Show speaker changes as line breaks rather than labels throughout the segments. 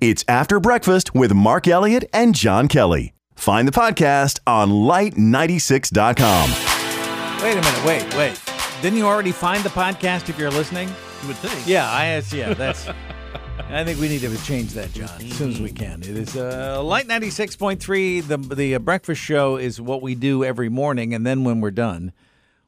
It's After Breakfast with Mark Elliott and John Kelly. Find the podcast on light96.com.
Wait a minute. Wait, wait. Didn't you already find the podcast if you're listening?
You would think.
Yeah, I yes, yeah, that's Mm-hmm. I think we need to change that, John, as soon as we can. It is uh, Light 96.3. The, the uh, breakfast show is what we do every morning. And then when we're done,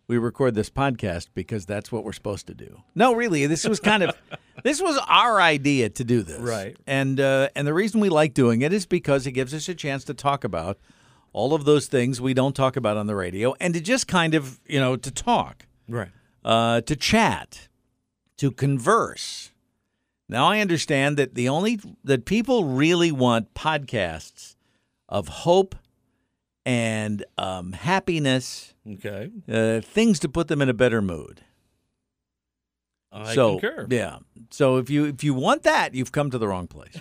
we record this podcast because that's what we're supposed to do. No, really, this was kind of, this was our idea to do this.
Right.
And, uh, and the reason we like doing it is because it gives us a chance to talk about all of those things we don't talk about on the radio and to just kind of, you know, to talk
Right.
uh, to chat, to converse. Now I understand that the only that people really want podcasts of hope and um, happiness,
Okay.
uh, things to put them in a better mood.
I
so
concur.
yeah, so if you if you want that, you've come to the wrong place.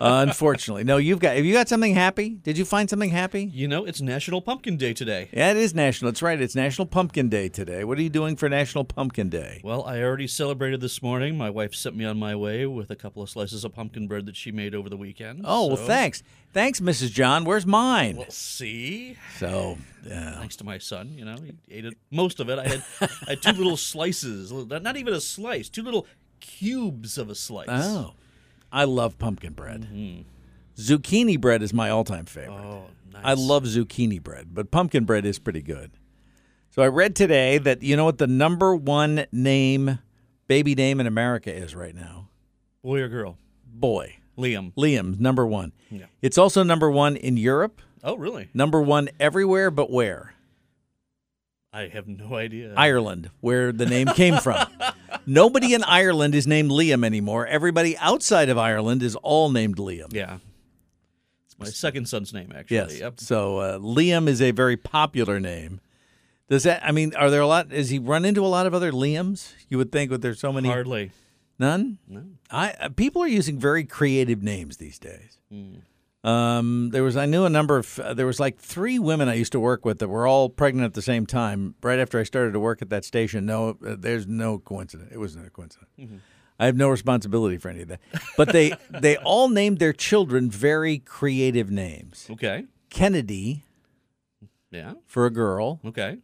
unfortunately, no. You've got have you got something happy? Did you find something happy?
You know, it's National Pumpkin Day today.
Yeah, it is national. That's right. It's National Pumpkin Day today. What are you doing for National Pumpkin Day?
Well, I already celebrated this morning. My wife sent me on my way with a couple of slices of pumpkin bread that she made over the weekend.
Oh, well,
so-
thanks. Thanks, Mrs. John. Where's mine?
Well, see,
so, uh, yeah.
thanks to my son, you know, he ate it. Most of it. I had, I had two little slices, not not even a slice, two little cubes of a slice.
Oh, I love pumpkin bread. Zucchini bread is my all time favorite.
Mm-hmm. Oh, nice.
I love zucchini bread, but pumpkin bread is pretty good. So I read today that you know what the number one name, baby name in America is right now?
boy or girl,
Boy.
Liam.
Liam's number one.
Yeah.
It's also number one in Europe,
Oh, really?
number one everywhere but where?
I have no idea.
Ireland, where the name came from. Nobody in Ireland is named Liam anymore. Everybody outside of Ireland is all named Liam.
yeah, it's my second son's name actually.
Yes.
Yep.
So uh, Liam is a very popular name. Does that? I mean, are there a lot? Has he run into a lot of other Liams? You would think, but there's so many.
Hardly.
None. No. I uh, people are using very creative names these days. Um, there was I knew a number of uh, there was like three women I used to work with that were all pregnant at the same time right after I started to work at that station. No, uh, there's no coincidence. It wasn't a coincidence. I have no responsibility for any of that. But they they all named their children very creative names.
Okay.
Kennedy
Yeah.
for a girl,
Okay.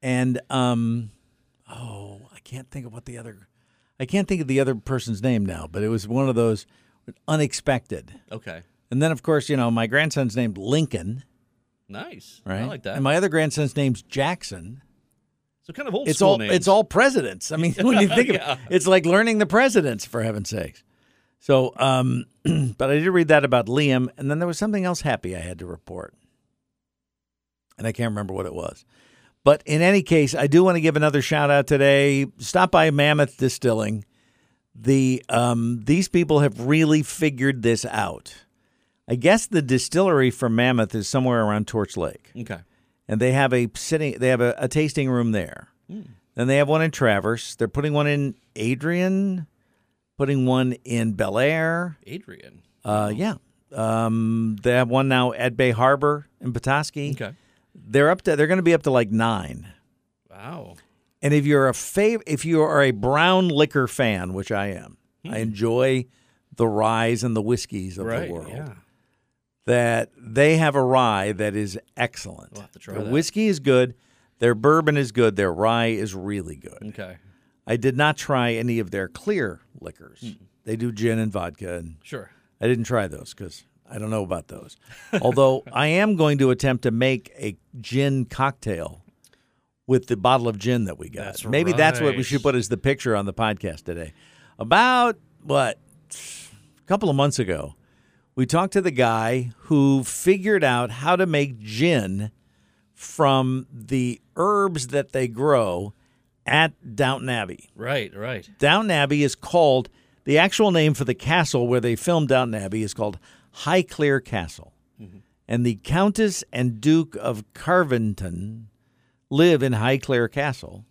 and um, oh, I can't think of what the other, I can't think of the other person's name now, but it was one of those unexpected.
Okay.
And then, of course, you know, my grandson's named Lincoln,
Nice.
right?
I like that.
And my other grandson's name's Jackson.
so kind of old
It's
school
all
names.
it's all presidents. I mean, when you think
Yeah.
of it, it's like learning the presidents for heaven's sakes. So, um, but I did read that about Liam, and then there was something else happy I had to report, and I can't remember what it was. But in any case, I do want to give another shout out today. Stop by Mammoth Distilling. The um, these people have really figured this out. I guess the distillery for Mammoth is somewhere around Torch Lake
Okay.
and they have a sitting they have a, a tasting room there
Hmm.
then they have one in traverse they're putting one in adrian putting one in bel air
Adrian.
uh, yeah um, they have one now at bay harbor in petoskey
Okay.
they're up to they're going to be up to like nine
Wow.
and if you're a fav- if you are a brown liquor fan which i am i enjoy the ryes and the whiskeys of
Hmm. right.
the world
Yeah.
that they have a rye that is excellent.
We'll have to try
their
that.
whiskey is good, their bourbon is good, their rye is really good.
Okay.
I did not try any of their clear liquors. They do gin and vodka, and
Sure.
I didn't try those because I don't know about those. Although I am going to attempt to make a gin cocktail with the bottle of gin that we got.
That's
Maybe that's what we
right.
should put as the picture on the podcast today. About what a couple of months ago, we talked to the guy who figured out how to make gin from the herbs that they grow at Downton Abbey.
Right. Right.
Downton Abbey is called the actual name for the castle where they filmed Downton Abbey is called Highclere Castle.
Mm-hmm.
And the Countess and Duke of Carventon live in Highclere Castle.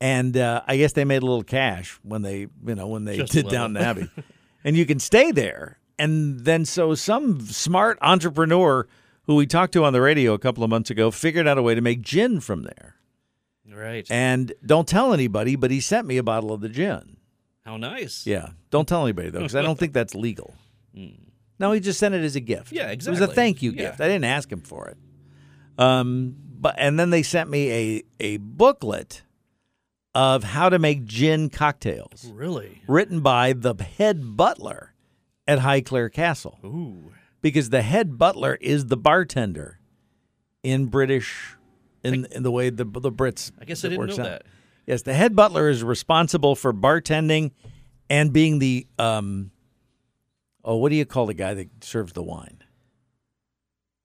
And uh, I guess they made a little cash when they, you know, when they
Just a
did
little.
Downton Abbey. and you can stay there. And then so some smart entrepreneur who we talked to on the radio a couple of months ago figured out a way to make gin from there.
Right.
And don't tell anybody, but he sent me a bottle of the gin.
How nice.
Yeah. Don't tell anybody though, because I don't think that's legal. No, he just sent it as a gift.
Hmm. Yeah,
It was a
exactly.
thank you
Yeah.
gift. I didn't ask him for it. Um, but and then they sent me a a booklet of how to make gin cocktails,
Really?
written by the head butler at Highclere Castle,
Ooh.
because the head butler is the bartender in British, in in the way the the Brits.
I guess I
it
didn't
works
know
out.
that.
Yes, the head butler is responsible for bartending and being the um oh, what do you call the guy that serves the wine?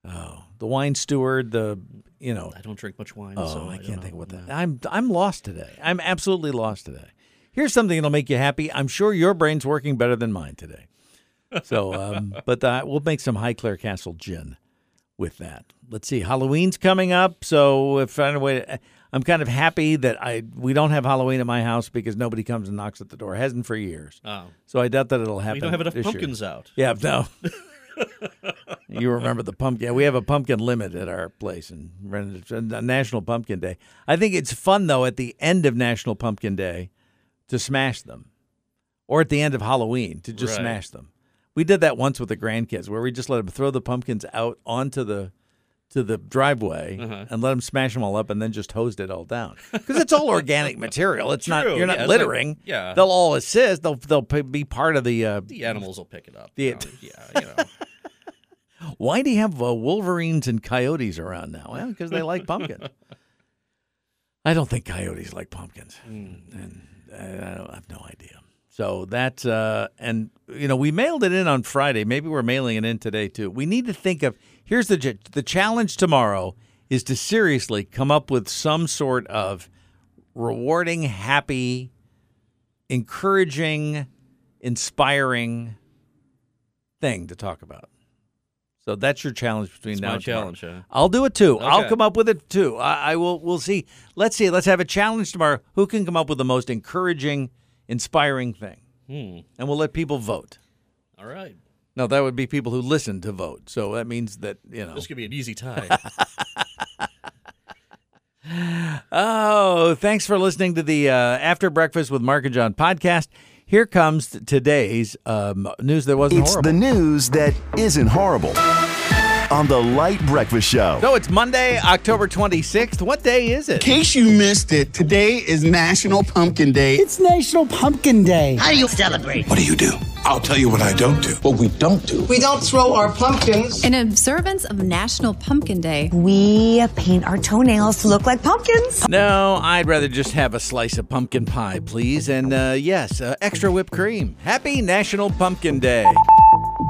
Oh, the wine steward, the you know.
I don't drink much wine.
Oh,
so
I,
don't
can't
know.
think what
No.
that. I'm I'm lost today. I'm absolutely lost today. Here's something that'll make you happy. I'm sure your brain's working better than mine today. So, um, but uh, we'll make some Highclere Castle gin with that. Let's see. Halloween's coming up, so if I don't wait, I'm kind of happy that I we don't have Halloween at my house because nobody comes and knocks at the door. Hasn't for years.
Oh.
So I doubt that it'll happen.
We don't have enough
this year.
pumpkins out.
Yeah, no. you remember the pumpkin? We have a pumpkin limit at our place, and ran- it's a National Pumpkin Day. I think it's fun though at the end of National Pumpkin Day to smash them, or at the end of Halloween to just
Right.
smash them. We did that once with the grandkids, where we just let them throw the pumpkins out onto the to the driveway
Uh-huh.
and let them smash them all up, and then just hosed it all down because it's all organic material. It's not
True,
you're not
yeah, it's like-
littering.
yeah.
they'll all assist. They'll they'll p- be part of the uh,
The animals will pick it up.
The-
you know. yeah, you know.
Why do you have uh, wolverines and coyotes around now? Well, because they like pumpkins. I don't think coyotes like pumpkins,
Mm.
and I, I, don't, I have no idea. So that uh, and you know we mailed it in on Friday. Maybe we're mailing it in today too. We need to think of here's the j- the challenge tomorrow is to seriously come up with some sort of rewarding, happy, encouraging, inspiring thing to talk about. So that's your challenge between
It's
now
my
and tomorrow.
challenge, huh?
I'll do it too. I'll
Okay.
come up with it too. I, I will. We'll see. Let's see. Let's have a challenge tomorrow. Who can come up with the most encouraging, inspiring thing? And we'll let people vote.
Hmm. All right.
No, that would be people who listen to vote. So that means that you know.
This could be an easy tie.
Oh, thanks for listening to the uh, After Breakfast with Mark and John podcast. Here comes t- today's um, news that wasn't
It's
horrible.
the news that isn't horrible on the Light Breakfast Show.
so it's Monday, October 26th. What day is it?
In case you missed it, today is National Pumpkin Day.
It's National Pumpkin Day.
How do you celebrate?
What do you do? I'll tell you what I don't do. What we don't do.
We don't throw our pumpkins.
In observance of National Pumpkin Day,
We paint our toenails to look like pumpkins.
No, I'd rather just have a slice of pumpkin pie, please. And uh, yes, uh, extra whipped cream. Happy National Pumpkin Day.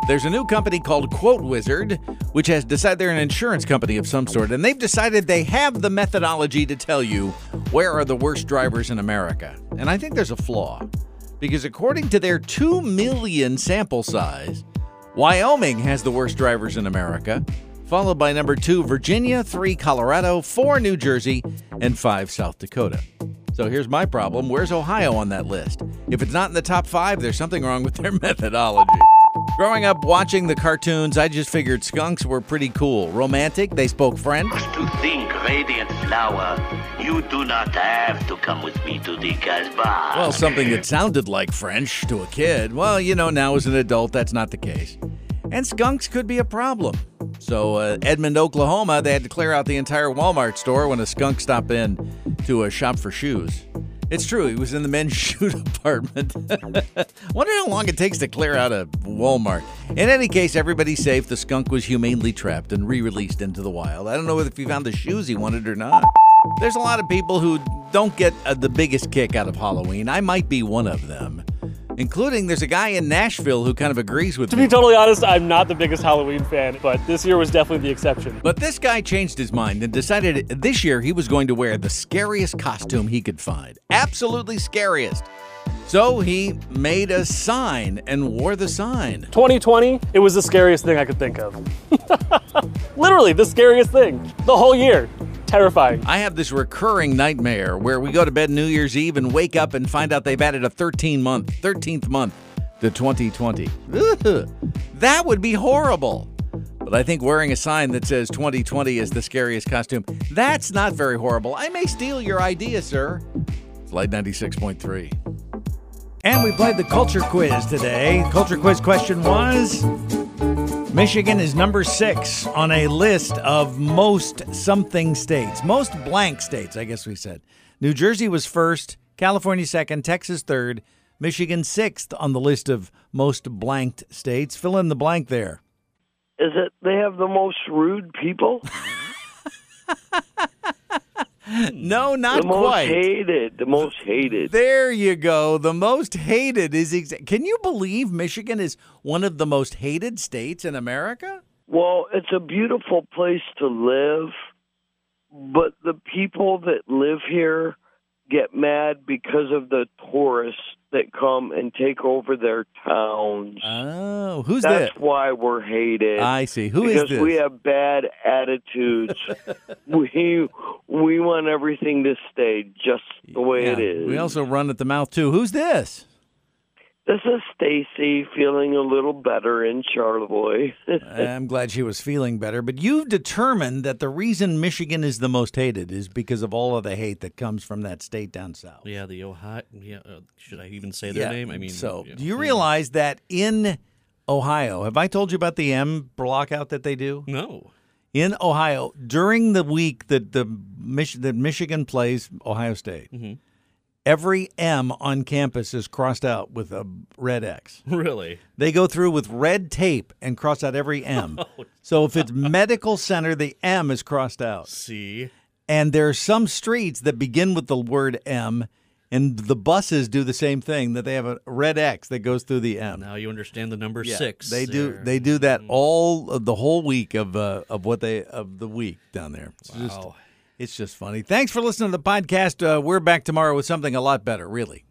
There's a new company called Quote Wizard, which has decided they're an insurance company of some sort, and they've decided they have the methodology to tell you where are the worst drivers in America. And I think there's a flaw, because according to their 2 million sample size, Wyoming has the worst drivers in America, followed by number two, Virginia, three, Colorado, four, New Jersey, and five, South Dakota. So here's my problem where's Ohio on that list? If it's not in the top five, there's something wrong with their methodology. Growing up watching the cartoons, I just figured skunks were pretty cool. Romantic, they spoke French.
To think, radiant flower, you do not have to come with me to the Casbah.
Well, something that sounded like French to a kid. Well, you know, now as an adult, that's not the case. And skunks could be a problem. So, uh, Edmond, Oklahoma, they had to clear out the entire Walmart store when a skunk stopped in to a shop for shoes. It's true, he was in the men's shoe department. Wonder how long it takes to clear out a Walmart. In any case, everybody's safe. The skunk was humanely trapped and re released into the wild. I don't know if he found the shoes he wanted or not. There's a lot of people who don't get uh, the biggest kick out of Halloween. I might be one of them. Including there's a guy in Nashville who kind of agrees with me.
totally honest, I'm not the biggest Halloween fan, but this year was definitely the exception.
But this guy changed his mind and decided this year he was going to wear the scariest costume he could find. Absolutely scariest. So he made a sign and wore the sign.
2020, it was the scariest thing I could think of. Literally, the scariest thing. The whole year. Terrifying.
I have this recurring nightmare where we go to bed New Year's Eve and wake up and find out they've added a 13 month, 13th month to 2020. Ugh. that would be horrible. But I think wearing a sign that says 2020 is the scariest costume, that's not very horrible. I may steal your idea, sir. It's Light 96.3. And we played the culture quiz today. Culture quiz question was Michigan is number six on a list of most something states, most blank states, I guess we said. New Jersey was first, California second, Texas third, Michigan sixth on the list of most blanked states. Fill in the blank there.
Is it they have the most rude people?
No, not
the most
quite.
hated. The most hated.
There you go. The most hated is exa- Can you believe Michigan is one of the most hated states in America?
Well, it's a beautiful place to live, but the people that live here get mad because of the tourists that come and take over their towns.
Oh, who's
That's
that?
why we're hated.
I see. Who is
because
this?
we have bad attitudes. we we want everything to stay just the way it
Yeah,
is.
We also run at the mouth too. Who's this?
This is Stacy feeling a little better in Charlevoix.
I'm glad she was feeling better, but you've determined that the reason Michigan is the most hated is because of all of the hate that comes from that state down south.
Yeah, the Ohio. Yeah, uh, should I even say their name? I mean,
so
yeah. Hmm.
do you realize that in Ohio, have I told you about the M blockout that they do?
No.
in Ohio during the week that the Mich- that Michigan plays Ohio State.
Mm-hmm.
Every M on campus is crossed out with a red X.
Really?
They go through with red tape and cross out every M.
Oh,
so if it's medical center, the M is crossed out.
See,
And there are some streets that begin with the word M, and the buses do the same thing that they have a red X that goes through the M.
now you understand the number
Yeah,
six.
They do.
there. Mm-hmm.
They do that all of the whole week of uh, of what they of the week down there. It's just-
Wow.
it's just funny. Thanks for listening to the podcast. Uh, we're back tomorrow with something a lot better. Really.